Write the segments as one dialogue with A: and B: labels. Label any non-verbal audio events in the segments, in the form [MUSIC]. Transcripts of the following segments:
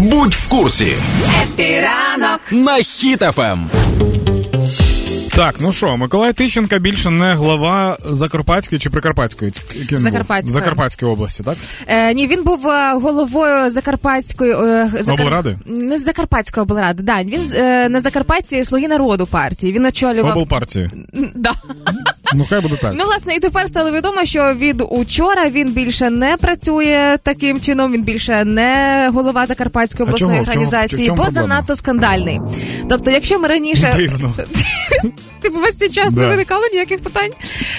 A: Будь в курсі
B: Піранок.
A: на Ем. хітафем.
C: Так, ну що, Миколай Тищенка більше не глава Закарпатської чи Прикарпатської? Яким був?
D: Закарпатської.
C: Закарпатської області, так?
D: Е, ні, він був е, головою Закарпатської е, Закар-
C: Облради?
D: Не з Закарпатської облради. Да, він е, на Закарпатті слуги народу партії. Він очолював
C: Облпартії.
D: да.
C: Ну хай буде так.
D: Ну, власне, і тепер стало відомо, що від учора він більше не працює таким чином. Він більше не голова Закарпатської
C: А
D: обласної
C: чого? В чому- в
D: організації,
C: чому
D: бо
C: проблема?
D: занадто скандальний. Тобто, якщо ми раніше
C: Дивно.
D: Типу, весь цей час не
C: Да.
D: виникало ніяких питань.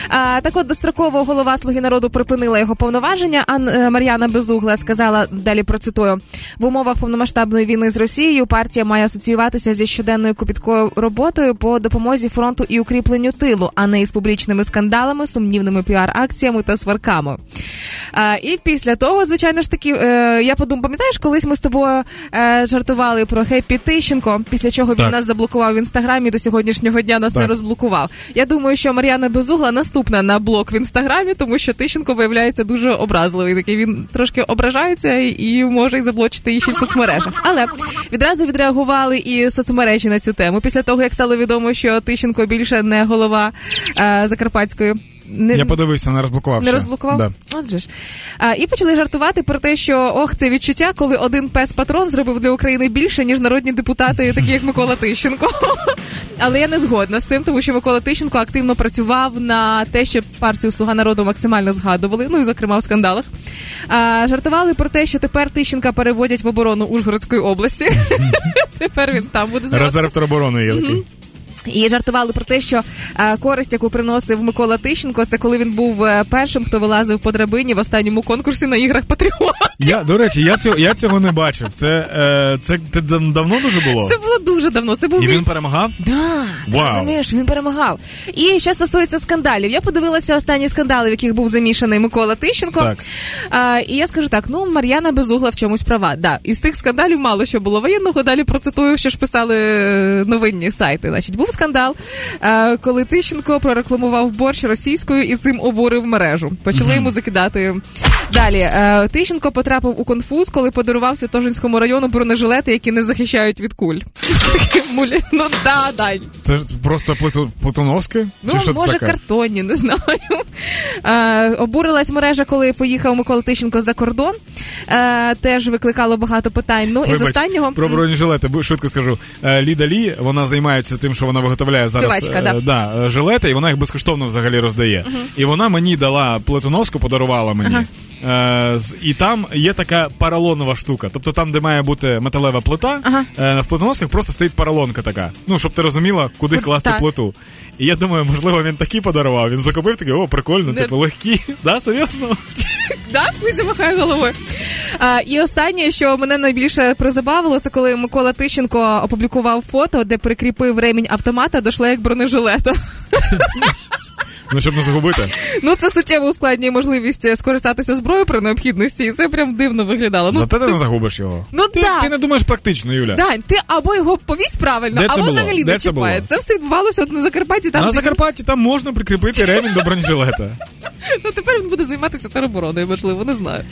D: А, так от достроково голова Слуги народу припинила його повноваження. А Мар'яна Безугла сказала далі процитую: в умовах повномасштабної війни з Росією партія має асоціюватися зі щоденною копіткою роботою по допомозі фронту і укріпленню тилу, а не із публічними скандалами, сумнівними піар-акціями та сварками. А, і після того, звичайно ж таки, е, я подумав, пам'ятаєш, колись ми з тобою е, жартували про Хеппі Тищенко, після чого
C: Так.
D: він нас заблокував в інстаграмі і до сьогоднішнього дня нас
C: Так.
D: не розблокував. Я думаю, що Мар'яна Безугла наступна на блок в інстаграмі, тому що Тищенко виявляється дуже образливий. Такий він трошки ображається і, і може і заблочити її ще в соцмережах. Але відразу відреагували і соцмережі на цю тему. Після того, як стало відомо, що Тищенко більше не голова е, Закарпатської. Не,
C: Я подивився, не розблокував.
D: не
C: ще.
D: розблокував?
C: Да.
D: Отже ж. А, і почали жартувати про те, що ох, це відчуття, коли один пес-патрон зробив для України більше, ніж народні депутати, такі як Микола Тищенко. [LAUGHS] Але я не згодна з цим, тому що Микола Тищенко активно працював на те, щоб партію Слуга народу максимально згадували, ну і зокрема в скандалах. А, жартували про те, що тепер Тищенка переводять в оборону Ужгородської області. [LAUGHS] Тепер він там буде зараз.
C: Резерв тероборони є такий.
D: І жартували про те, що е, користь, яку приносив Микола Тищенко, це коли він був е, першим, хто вилазив по драбині в останньому конкурсі на іграх Патріот.
C: Я, до речі, я цього, я цього не бачив. Це, е, це, це дав- давно дуже було?
D: Це було дуже давно. Це був
C: І він
D: він.
C: перемагав?
D: Да, ти
C: Вау.
D: розумієш, він перемагав. І що стосується скандалів, я подивилася останні скандали, в яких був замішаний Микола Тищенко.
C: Так.
D: А, і я скажу так: ну Мар'яна Безугла в чомусь права. Да, із тих скандалів мало що було воєнного. Далі процитую, що ж писали е, новинні сайти. Значить, був скандал, е, коли Тищенко прорекламував борщ російською і цим обурив мережу. Почали йому закидати. Далі е, Тищенко потрапив у конфуз, коли подарував Святожинському району бронежилети, які не захищають від куль. [LAUGHS] Мулі- Ну да, да,
C: Це ж просто плиту, плутоновське?
D: Ну,
C: Чи що це
D: може,
C: таке?
D: картонні, не [LAUGHS] знаю. Е, обурилась мережа, коли поїхав Микола Тищенко за кордон. Е, теж викликало багато питань. Ну і з
C: Вибач,
D: останнього
C: про бронежилети бу- швидко скажу. Е, Ліда Лі вона займається тим, що вона виготовляє зараз
D: Співачка,
C: е,
D: да.
C: да, е, жилети, і вона їх безкоштовно взагалі роздає. І вона мені дала плетоноску, подарувала мені. Е, з- І там є така паралонова штука. Тобто там, де має бути металева плита,
D: Ага.
C: е, в плетоносках просто стоїть паралонка така. Ну, щоб ти розуміла, куди
D: Куд-
C: класти
D: так.
C: плиту. І я думаю, можливо, він такі подарував. Він закупив такий, о, прикольно,
D: Не- Ну,
C: типу легкі. [LAUGHS] Да, серйозно?
D: да, ми замахає головою. А, і останнє, що мене найбільше призабавило, це коли Микола Тищенко опублікував фото, де прикріпив ремінь автомата до шлеєк бронежилета. [LAUGHS]
C: Ну, щоб не загубити.
D: Ну це суттєво ускладнює можливість е, скористатися зброєю при необхідності, і це прям дивно виглядало. Ну,
C: Зате ти не загубиш його.
D: Ну,
C: ти,
D: так.
C: ти не думаєш практично, Юля.
D: Дань, ти або його повісь правильно,
C: Де це
D: або
C: було?
D: взагалі
C: Де
D: не
C: це було?
D: чіпає. Це все відбувалося от на Закарпатті, там
C: на
D: де він
C: Закарпатті там можна прикріпити ремінь до бронежилета.
D: Ну тепер він буде займатися теробороною, можливо, не знаю.